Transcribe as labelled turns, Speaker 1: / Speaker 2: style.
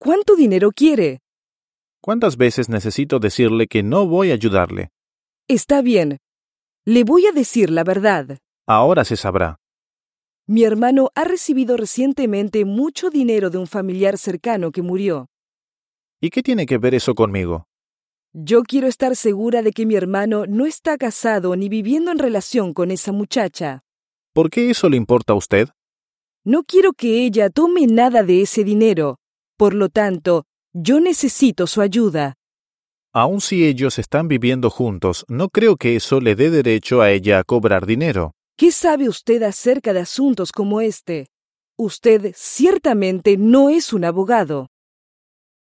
Speaker 1: ¿Cuánto dinero quiere?
Speaker 2: ¿Cuántas veces necesito decirle que no voy a ayudarle?
Speaker 1: Está bien. Le voy a decir la verdad.
Speaker 2: Ahora se sabrá.
Speaker 1: Mi hermano ha recibido recientemente mucho dinero de un familiar cercano que murió.
Speaker 2: ¿Y qué tiene que ver eso conmigo?
Speaker 1: Yo quiero estar segura de que mi hermano no está casado ni viviendo en relación con esa muchacha.
Speaker 2: ¿Por qué eso le importa a usted?
Speaker 1: No quiero que ella tome nada de ese dinero. Por lo tanto, yo necesito su ayuda.
Speaker 2: Aun si ellos están viviendo juntos, no creo que eso le dé derecho a ella a cobrar dinero.
Speaker 1: ¿Qué sabe usted acerca de asuntos como este? Usted ciertamente no es un abogado.